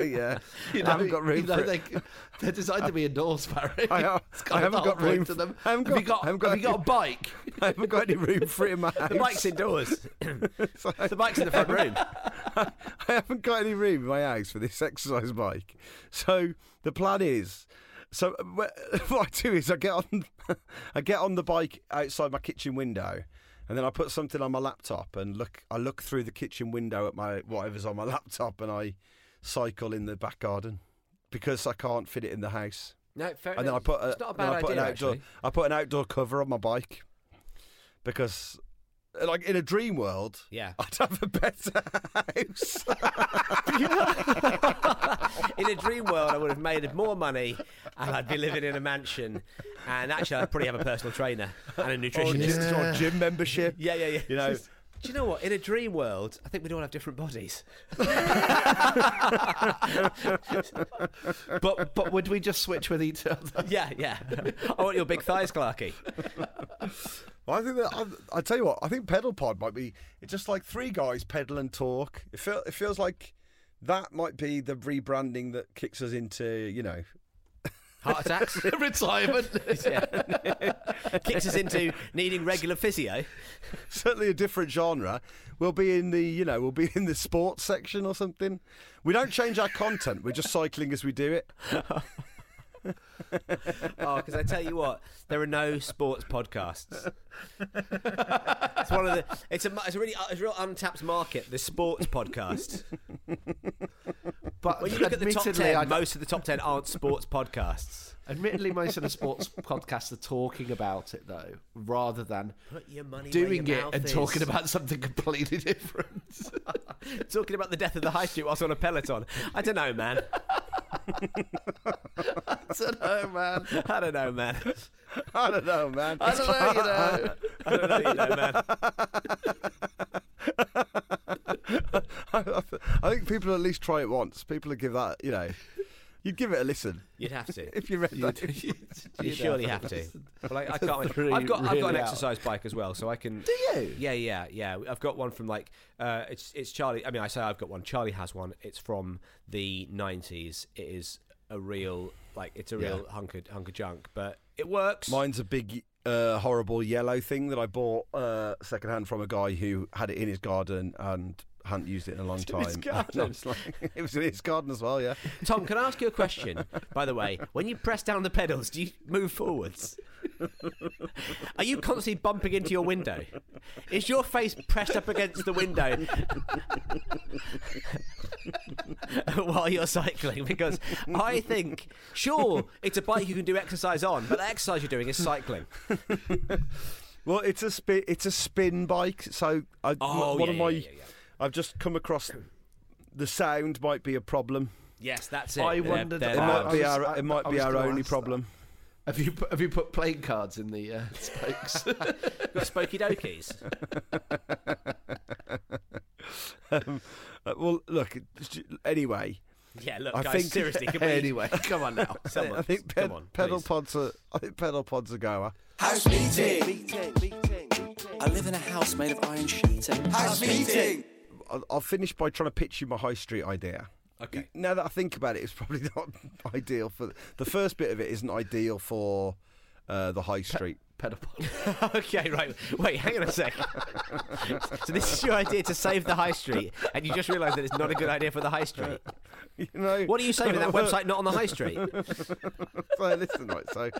yeah, You I haven't got room you know, for it. they, They're designed to be indoors, Barry. I, uh, ha- It's I kind haven't of the got whole room point to for them. them. I haven't have you got, I haven't have you got a bike? I haven't got any room for it in my house. The bike's indoors. So the bike's in the front room. I haven't got any room in my house for this exercise bike. So the plan is, so wh- what I do is I get on, I get on the bike outside my kitchen window, and then I put something on my laptop and look. I look through the kitchen window at my whatever's on my laptop, and I cycle in the back garden because I can't fit it in the house. No, fair And then I put a, It's not a then bad I put idea, an outdoor actually. I put an outdoor cover on my bike because like in a dream world, Yeah. I'd have a better house. In a dream world, I would have made more money and I'd be living in a mansion. And actually, I'd probably have a personal trainer and a or, nutritionist. gym, or gym membership. Yeah, yeah, yeah. You know, Do you know what? In a dream world, I think we'd all have different bodies. but but would we just switch with each other? Yeah, yeah. I want your big thighs, Clarky. I think that I, I tell you what, I think pedal pod might be it's just like three guys pedal and talk. It feel, it feels like that might be the rebranding that kicks us into, you know, Heart attacks. Retirement. Yeah. Kicks us into needing regular physio. certainly a different genre. We'll be in the, you know, we'll be in the sports section or something. We don't change our content. We're just cycling as we do it. Oh, because I tell you what, there are no sports podcasts. it's one of the. It's a. mu- It's a really. It's a real untapped market. The sports podcast. But When you look at the top admittedly, ten, I don't- most of the top ten aren't sports podcasts. Admittedly, most of the sports podcasts are talking about it though, rather than Put your money where doing your it mouth and is. talking about something completely different. Talking about the death of the high street whilst on a peloton. I don't know, man. I don't know, man. I don't know, man. I don't know, man. I don't know, I you know. don't know, you know, man. I think people at least try it once. People would give that, you know, you'd give it a listen You'd have to. if you read that. You surely have to. Well, I, I can't. Three I've got I've got an really out. exercise bike as well, so I can. Do you? Yeah, yeah, yeah. I've got one from like uh, it's it's Charlie. I mean, I say I've got one. Charlie has one. It's from the nineties. It is a real like it's a real hunk of hunk of junk, but it works. Mine's a big, uh, horrible yellow thing that I bought uh, secondhand from a guy who had it in his garden and hadn't used it in a long time. his And garden. I was like- it was in his garden as well, yeah. Tom, can I ask you a question? By the way, when you press down the pedals, do you move forwards? Are you constantly bumping into your window? Is your face pressed up against the window while you're cycling? Because I think, sure, it's a bike you can do exercise on, but the exercise you're doing is cycling. Well, it's a spin. It's a spin bike. So I, Oh, one yeah, of yeah, my, yeah, yeah. I've just come across. The sound might be a problem. Yes, that's it. I They're- wondered- they're It Oh, loud. might be I was- our. It I- might I be was our gonna only ask that. problem. Have you put, have you put playing cards in the uh, spokes? got spooky dokies. um, uh, well, look. j- Anyway, Yeah, look, I guys, think- seriously, can we... anyway, come on now. Someone, I think ped- come on, pedal please. pods are. I think pedal pods are uh, goer. House meeting. I live in a house made of iron sheet and House meeting. I'll, I'll finish by trying to pitch you my high street idea. Okay. Now that I think about it, it's probably not ideal for the first bit of it. Isn't ideal for uh, the high street. Pedopod. Okay, right. Wait, hang on a sec. so this is your idea to save the high street, and you just realised that it's not a good idea for the high street. you know What are you saving? That website not on the high street? so listen, right. So,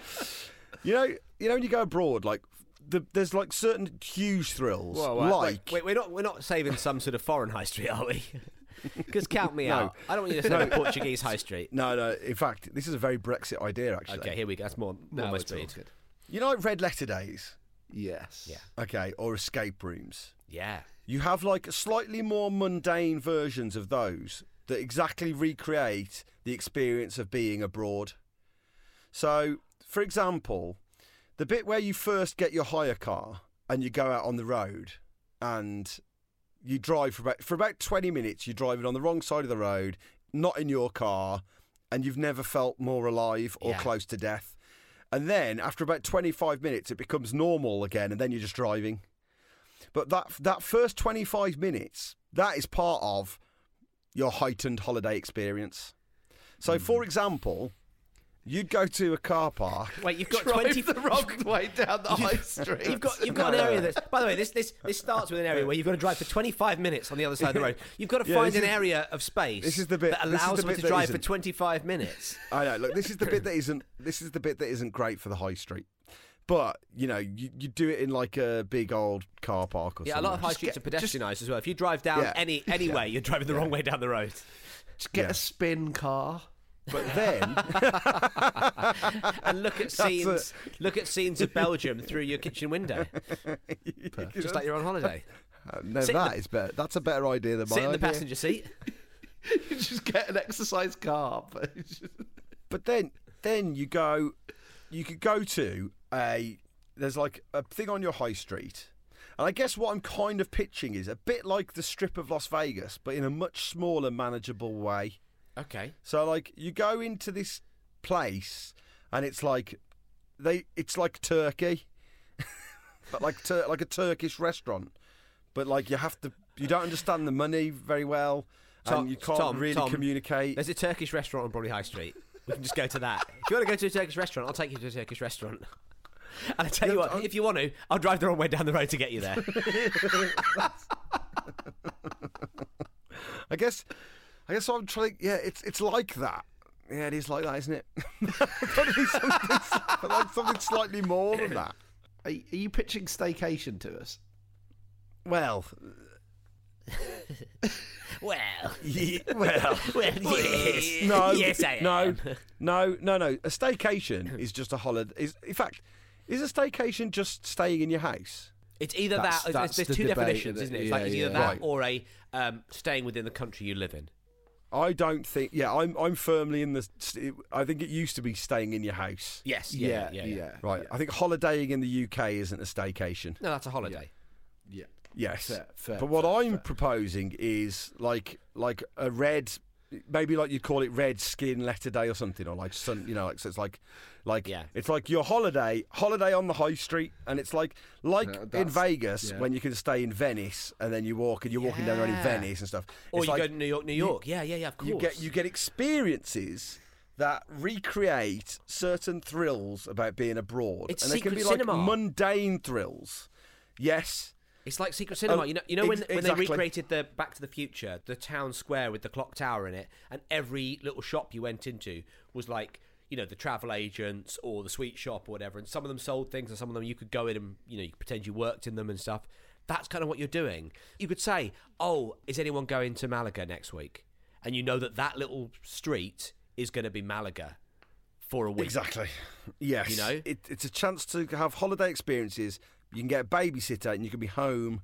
you know, you know, when you go abroad, like the, there's like certain huge thrills, like wait, we're not we're not saving some sort of foreign high street, are we? Because count me out. I don't want you to save a Portuguese high street. no, no. In fact, this is a very Brexit idea, actually. Okay, here we go. That's more, more No, my it's all speed. good. You know, like red letter days, Yes. Yeah. okay, or escape rooms. Yeah. You have like slightly more mundane versions of those that exactly recreate the experience of being abroad. So, for example, the bit where you first get your hire car and you go out on the road and you drive for about for about 20 minutes you're driving on the wrong side of the road not in your car and you've never felt more alive or Yeah. close to death and then after about 25 minutes it becomes normal again and then you're just driving but that that first 25 minutes that is part of your heightened holiday experience so for example you'd go to a car park Wait, you've got Drive twenty the wrong way down the high street. You've got you've got an area that's. By the way, this this this starts with an area where you've got to drive for 25 minutes on the other side of the road. You've got to Yeah, find this an is- area of space. this is the bit- that this is allows the me bit to that drive for isn't. 25 minutes. I know. Look, this is the bit that isn't. This is the bit that isn't great for the high street. But you know, you, you do it in like a big old car park or Yeah, a something. lot of high Just streets are get- pedestrianised as well. If you drive down Yeah. any any Yeah. way, you're driving the wrong way down the road. Just get Yeah. a spin car. But then, and look at That's scenes. Look at scenes of Belgium through your kitchen window, just like you're on holiday. Uh, no, Sit in that the- is better. That's a better idea than my Sit in the idea. passenger seat. you just get an exercise car. But it's just... But then, then you go, you could go to a there's like a thing on your high street, and I guess what I'm kind of pitching is a bit like the strip of Las Vegas, but in a much smaller, manageable way. Okay. So like you go into this place and it's like they it's like Turkey. but like tur- like a Turkish restaurant. But like you have to you don't understand the money very well Tom- and you can't Tom- really Tom, communicate. There's a Turkish restaurant on Broadway High Street. We can just go to that. if you want to go to a Turkish restaurant, I'll take you to a Turkish restaurant. And I tell you what, if you want to, I'll drive the wrong way down the road to get you there. I guess I guess what I'm trying yeah, it's it's like that. Yeah, it is like that, isn't it? But it's something, but like something slightly more than that. Are, are you pitching staycation to us? Well, well, Ye- well, well, yes, no, yes, I am. no, no, no, no. A staycation is just a holiday. Is in fact, is a staycation just staying in your house? It's either That's- that. that's there's the two debate, definitions, isn't isn't it? it? It's Yeah, like it's yeah. either that Right. or a um, staying within the country you live in. I don't think. Yeah, I'm I'm firmly in the. st- I think it used to be staying in your house. Yes. Yeah. Yeah. yeah, Right. I think holidaying in the UK isn't a staycation. No, that's a holiday. yeah. Yes. Fair, fair, but what fair, I'm proposing is like like a red maybe like you call it red skin letter day or something or like sun you know like so it's like like Yeah. it's like your holiday holiday on the high street and it's like like No, in that's- Vegas yeah. when you can stay in Venice and then you walk and you're walking down the road in Yeah. Venice and stuff Or It's you like go to New York, New York. yeah. Yeah. Yeah. Of course. you get you get experiences that recreate certain thrills about being abroad It's and they can secret be cinema. like mundane thrills yes It's like Secret Cinema. Oh, you know, you know when, ex- when they exactly. recreated the Back to the Future, the town square with the clock tower in it, and every little shop you went into was like, you know, the travel agents or the sweet shop or whatever. And some of them sold things, and some of them you could go in and you know you could pretend you worked in them and stuff. That's kind of what you're doing. You could say, "Oh, is anyone going to Malaga next week?" And you know that that little street is going to be Malaga for a week. Exactly. Yes. You know? it, it's a chance to have holiday experiences. You can get a babysitter and you can be home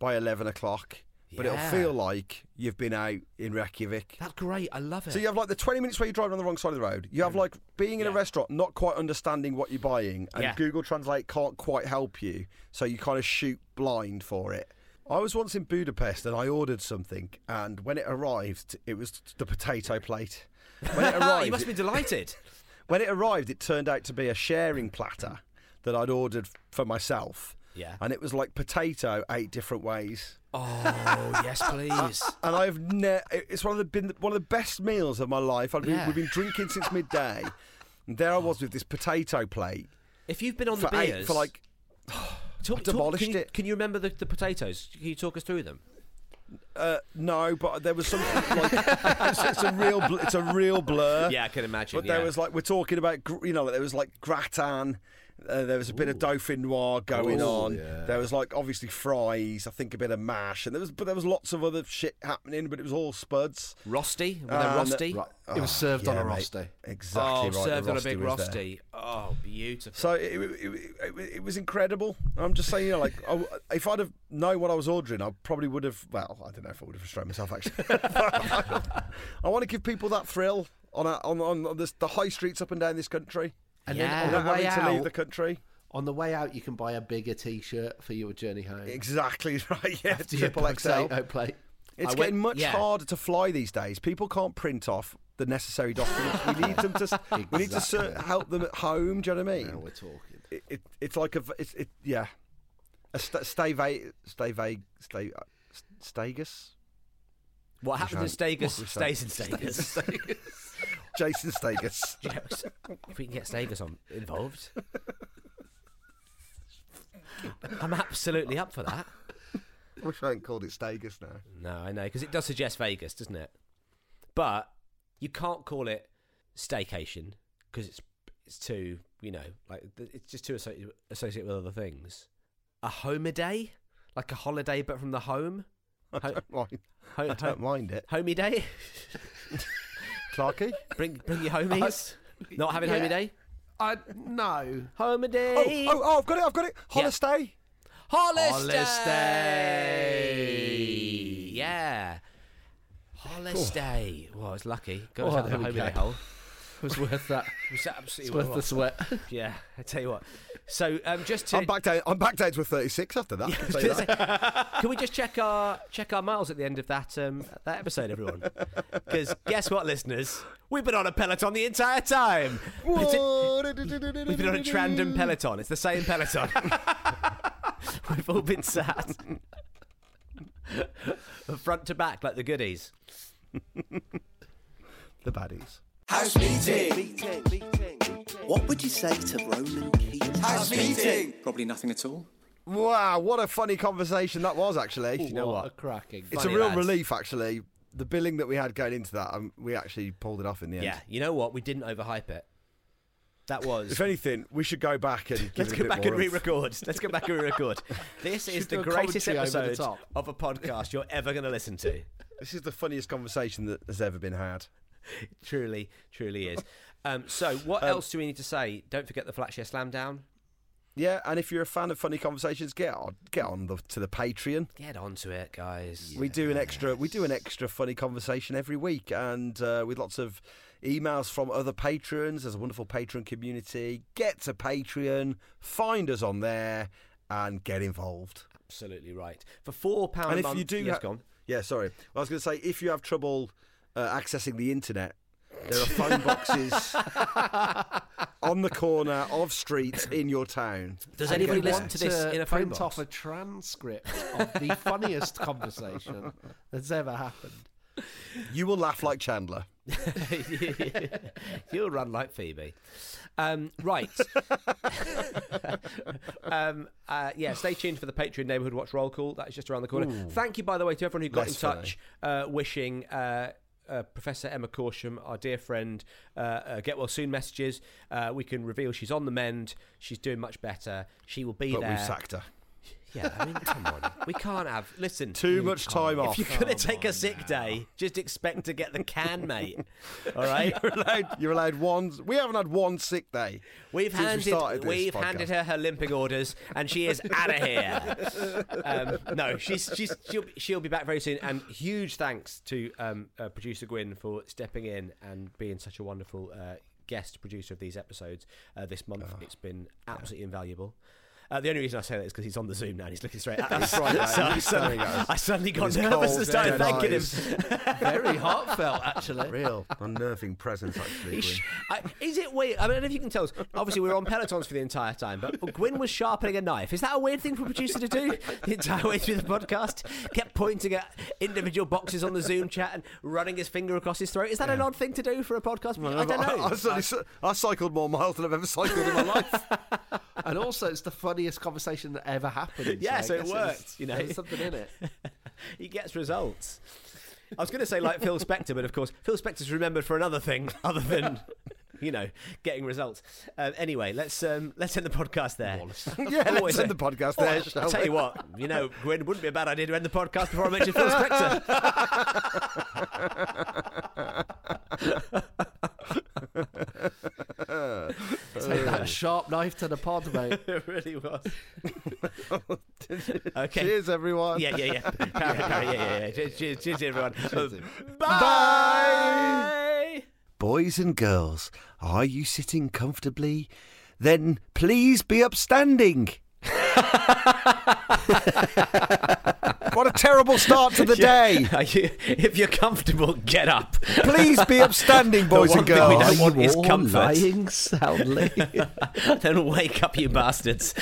by 11 o'clock, but it'll Yeah. feel like you've been out in Reykjavik. That's great. I love it. Mm. So you have like the 20 minutes where you're driving on the wrong side of the road. You have like being in a Yeah. restaurant, not quite understanding what you're buying, and Yeah. Google Translate can't quite help you. So you kind of shoot blind for it. I was once in Budapest and I ordered something, and when it arrived, it was the potato plate. When it you must arrived, be delighted. when it arrived, it turned out to be a sharing platter that I'd ordered for myself. Yeah. And it was like potato eight different ways. oh yes, please. And I've ne- it's one of the been one of the best meals of my life. I've been, Yeah. We've been drinking since midday, and there I was with this potato plate If you've been on for the beers eight for like Talk, I demolished can you, it. Can you remember the, the potatoes? Can you talk us through them? uh, no, but there was something like it's, it's a real bl- it's a real blur. Yeah, I can imagine, But there yeah. was like we're talking about gr- you know like, there was like gratin. Uh, there was a bit of dauphin noir going on. There was like obviously fries. I think a bit of mash, and there was but there was lots of other shit happening. But it was all spuds. Rosty? Were they Um, rusty? Right. It was served on yeah, a mate. rosti. Exactly Oh, right. the served on a rosti big was there. rusty. Oh, beautiful. So it, it, it, it, it was incredible. I'm just saying, you know, like I, if I'd have known what I was ordering, I probably would have. Well, I don't know if I would have restrained myself. Actually, I want to give people that thrill on a, on on this, the high streets up and down this country. And Yeah. then Not on the Uh, way having to out, leave the country. On the way out, you can buy a bigger T-shirt for your journey home. Exactly right. Yeah, After your triple XL. potato plate. It's I getting much went- yeah. harder to fly these days. People can't print off the necessary documents. we need them to. We need to ser- Exactly. help them at home. Do you know what I mean? Now we're talking. It, it, it's like a. v- It's, it, yeah. A st- stay vague. Stay vague. Stay. Uh, st- Stagus. What happens in Shan- Stagus what was stays in that? Stagus. Jason Stagus. Jokes. if we can get Stagus on involved, I'm absolutely up for that. Wish I hadn't called it Stagus now. No, I know because it does suggest Vegas, doesn't it? But you can't call it staycation because it's it's too you know like th- it's just too associated, associated with other things. A homiday, like a holiday but from the home. I don't mind. I don't mind it. Homie day. Clarky. Bring bring your homies. Not having Yeah. homie day. I no. Oh, Homiday. oh, oh, I've got it. I've got it. Yeah. Holiday. Holiday. Holiday. Yeah. Holiday. Well, I was lucky. Go Oh, out there the we holiday go. hole. It was worth Was that that. It's absolutely worth the worth sweat. Yeah, I tell you what. So um, just to, I'm back down. I'm back down to a 36 after that. I'll tell you that. can we just check our check our miles at the end of that um, that episode, everyone? Because guess what, listeners, we've been on a peloton the entire time. We've been- we've been on a Trandom peloton. It's the same peloton. we've all been sat front to back like the goodies. the baddies. House meeting. What would you say to Roman Keating? House meeting. Probably nothing at all. Wow, what a funny conversation that was, actually. You know A what? cracking. it's a funny, real lads. relief, actually. The billing that we had going into that, um, we actually pulled it off in the end. Yeah, you know what? We didn't overhype it. That was If anything, we should go back and give Let's it a go bit back more and oomph. re-record. Let's go back and re-record. This is Should the do a greatest commentary over the episode top. of a podcast you're ever going to listen to. This is the funniest conversation that has ever been had. Truly, truly is. Um, so, what else do we need to say? Don't forget the Flatshare Slam Down. Yeah, and if you're a fan of funny conversations, get on, get on the, to the Patreon. Get onto it, guys. We do an extra, we do an extra funny conversation every week, and uh, with lots of emails from other patrons. There's a wonderful patron community. Get to Patreon, find us on there, and get involved. Absolutely right. For four pound and a if month, you do, yes, ha- go on. yeah, sorry, I was going to say if you have trouble uh, accessing the internet, there are phone boxes on the corner of streets in your town. Does And if anybody you listen want to this in a phone print box? off a transcript of the funniest conversation that's ever happened. You will laugh like Chandler. You'll run like Phoebe. Um, right. um, uh, yeah, stay tuned for the Patreon Neighbourhood Watch Roll Call. That is just around the corner. Thank you, by the way, to everyone who got That's in funny. touch uh, wishing. Uh, uh, Professor Emma Corsham, our dear friend, uh, uh, get well soon messages. Uh, we can reveal she's on the mend. She's doing much better. She will be But there. we've sacked her. Yeah, I mean, come on. We can't have. Listen. Mm, Too much time off. If you're going to take a sick day, just expect to get the can, mate. All right? You're allowed, you're allowed one. We haven't had one sick day. We've since we handed started this we've podcast. handed her her limping orders, and she is out of here. um, no, she's she's she'll be- she'll be back very soon. And huge thanks to um, uh, producer Gwyn for stepping in and being such a wonderful uh, guest producer of these episodes uh, this month. Ah. it's been absolutely invaluable. Uh, the only reason I say that is because he's on the Zoom now and he's looking straight at us. right, mate. so I, He's suddenly, staring at us. I suddenly got His nervous cold, and started dead thanking eyes. him. Very heartfelt, actually. Real unnerving presence, actually. Gwyn. Sh- I, is it weird? I don't know if you can tell us. Obviously, we were on pelotons for the entire time, but Gwyn was sharpening a knife. Is that a weird thing for a producer to do the entire way through the podcast? Kept pointing at individual boxes on the Zoom chat and running his finger across his throat. Is that an odd thing to do for a podcast? I don't know. I, suddenly s- I cycled more miles than I've ever cycled in my life. And also, it's the funniest conversation that ever happened. Yeah, so I it guess worked, there's- you know. there's something in it. he gets results. I was going to say like Phil Spector, but of course Phil Spector's remembered for another thing other than you know getting results. Um, anyway, let's um, let's end the podcast there. Yeah, let's Always end a- the podcast Oh, there, I- shall I'll tell we? you what, you know, Gwen, it wouldn't be a bad idea to end the podcast before I mention Phil Spector. Take that sharp knife to the pod, mate. it really was. okay. Cheers, everyone. Yeah, yeah, yeah. Parry, parry, yeah, yeah, yeah. Cheers, cheers, cheers everyone. Um, Bye. Boys and girls, are you sitting comfortably? then please be upstanding. what a terrible start to the day. if you're comfortable, get up. Please be upstanding, boys the and one girls. Thing we don't want is comfort. lying soundly. then wake up, you bastards.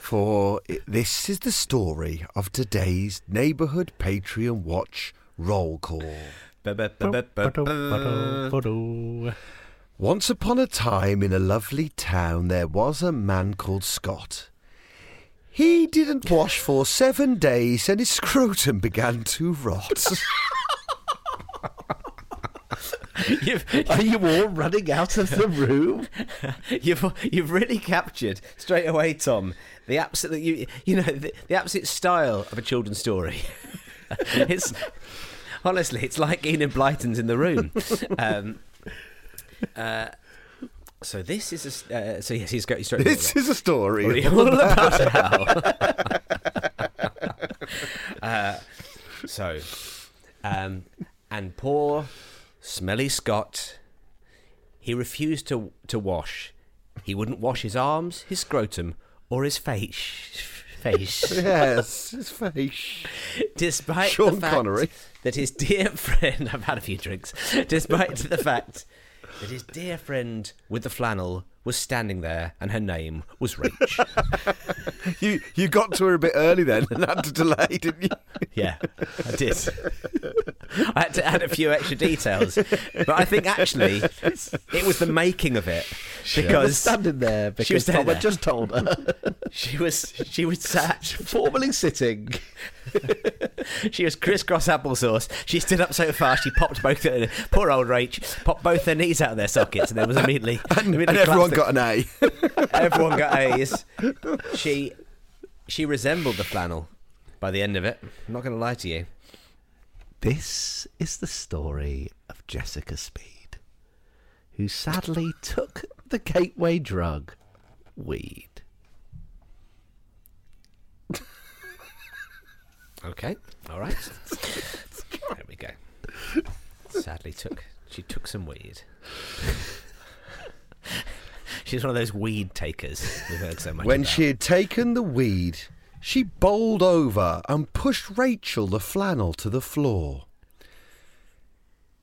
For i- this is the story of today's neighbourhood Patreon Watch roll call. Once upon a time in a lovely town, there was a man called Scott. He didn't wash for seven days and his scrotum began to rot. you've, Are you all running out of the room? you've you've really captured straight away, Tom. The absolute you you know the, the absolute style of a children's story. it's honestly, it's like Enid Blyton's in the room. Um, uh, so this is a, s- uh, so yes, he's going straight. this is a story. all about how. uh, so, um, and poor smelly Scott, he refused to to wash. He wouldn't wash his arms, his scrotum, or his face. Face. yes, his face. Despite Sean the fact Connery. that his dear friend, I've had a few drinks. Despite the fact that his dear friend with the flannel was standing there, and her name was Rach. You you got to her a bit early then and had to delay, didn't you? Yeah, I did. I had to add a few extra details, but I think actually it was the making of I it was because standing there because she was Tom standing had there. just told her. she was she was sat Formally sitting. she was crisscross applesauce. She stood up so far she popped both her, poor old Rach popped both her knees out of their sockets and then was immediately And, and immediately everyone collapsed. got an A. everyone got A's. She she resembled the flannel by the end of it. I'm not going to lie to you. This is the story of Jessica Speed, who sadly took the gateway drug, weed. Okay. All right. there we go. Sadly, took she took some weed. She's one of those weed takers we've heard so much When about. she had taken the weed, she bowled over and pushed Rachel the flannel to the floor.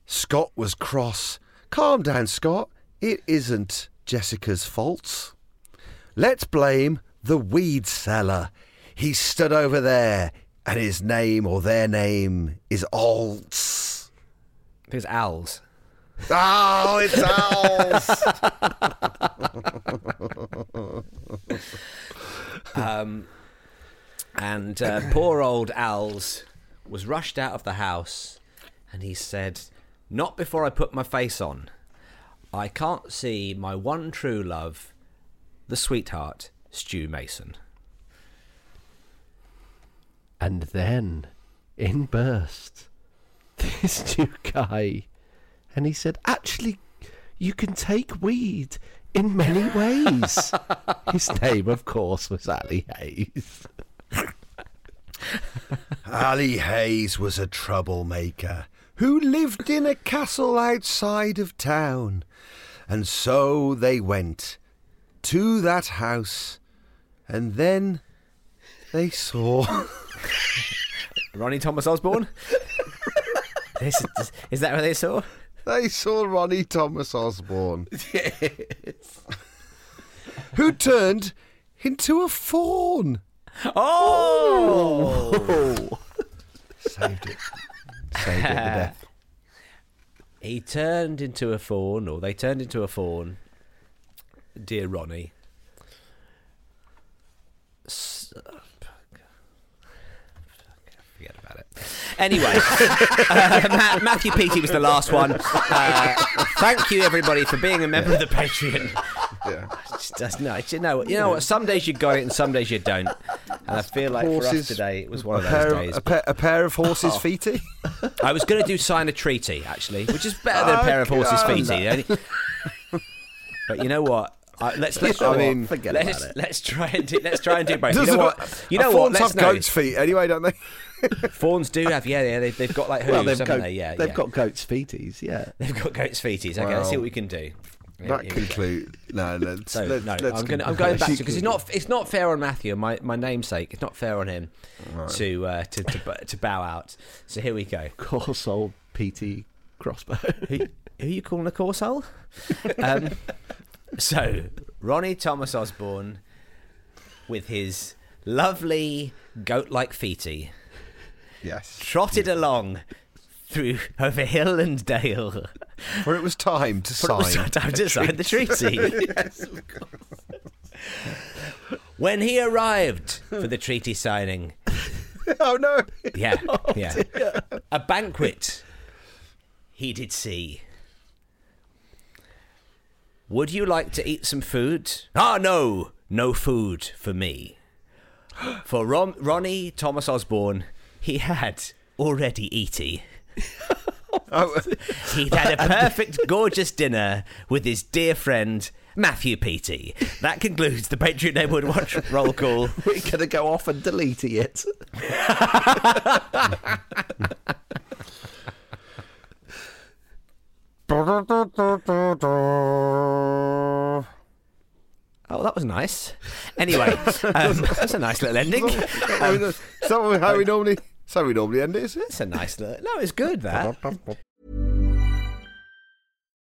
Scott was cross. Calm down, Scott. It isn't Jessica's fault. Let's blame the weed seller. He stood over there, and his name or their name is Alts. I think it's owls. Oh, it's Alts. Um, and uh, poor old Owls was rushed out of the house, and he said, "Not before I put my face on. I can't see my one true love, the sweetheart, Stu Mason." And then in burst this new guy. And he said, Actually, you can take weed in many ways. His name, of course, was Ali Hayes. Ali Hayes was a troublemaker who lived in a castle outside of town. And so they went to that house, and then they saw. Ronnie Thomas Osborne. this is, is that what they saw? They saw Ronnie Thomas Osborne. Who turned into a fawn. Oh! Saved it. Saved it to death. He turned into a fawn, or they turned into a fawn. Dear Ronnie. S- oh, Forget about it. Anyway, uh, Ma- Matthew Peaty was the last one. Uh, thank you, everybody, for being a member of the Patreon. Just does no, you know, you know what? Some days you got it, and some days you don't. And I feel like for us Horses- today, it was one of a those pair, days. Oh. A pair, a pair of horses' feety. I was going to do sign a treaty actually, which is better than a pair of horses' Oh, feet. eh? but you know what? I, let's let's I you know what? mean, forget let's, about it. let's try and do, let's try and do both. You know Doesn't what? ma- you know Uh, what? Fawns Let's have know. goats' feet anyway, don't they? Fawns do have yeah yeah they've, they've got like hooves they've, haven't got, they yeah they've yeah. got goat's feeties, yeah. they've got goats' feeties. Okay, let's see what we can do. Here- that here we go. conclude. No, let's, So let's, no, let's I'm, gonna, I'm conclude. going back to because it's not it's not fair on Matthew, my, my namesake. It's not fair on him to, uh, to to b- to bow out. So here we go. Course old PT crossbow. who, who are you calling a course hole? um, so Ronnie Thomas Osborne with his lovely goat-like feety, yes, trotted along through over hill and dale. For it was time to For it was sign time to the sign the treaty. treaty. When he arrived for the treaty signing, oh no! yeah, yeah, a banquet he did see. Would you like to eat some food? Ah, no, no food for me. For Ron- Ronnie Thomas Osborne, he had already eaten. He'd had a perfect, gorgeous dinner with his dear friend Matthew Peaty. That concludes the Patriot Neighborhood Watch roll call. We're gonna go off and delete it. Oh, that was nice. Anyway, um, that's a nice little ending. I mean, that's- is that how we normally? That's how we normally end it, is it? It's a nice little. No, it's good. That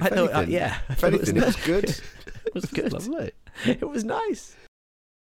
I thought, uh, yeah, I If thought it was anything, it's good. it was good. Lovely. It was nice.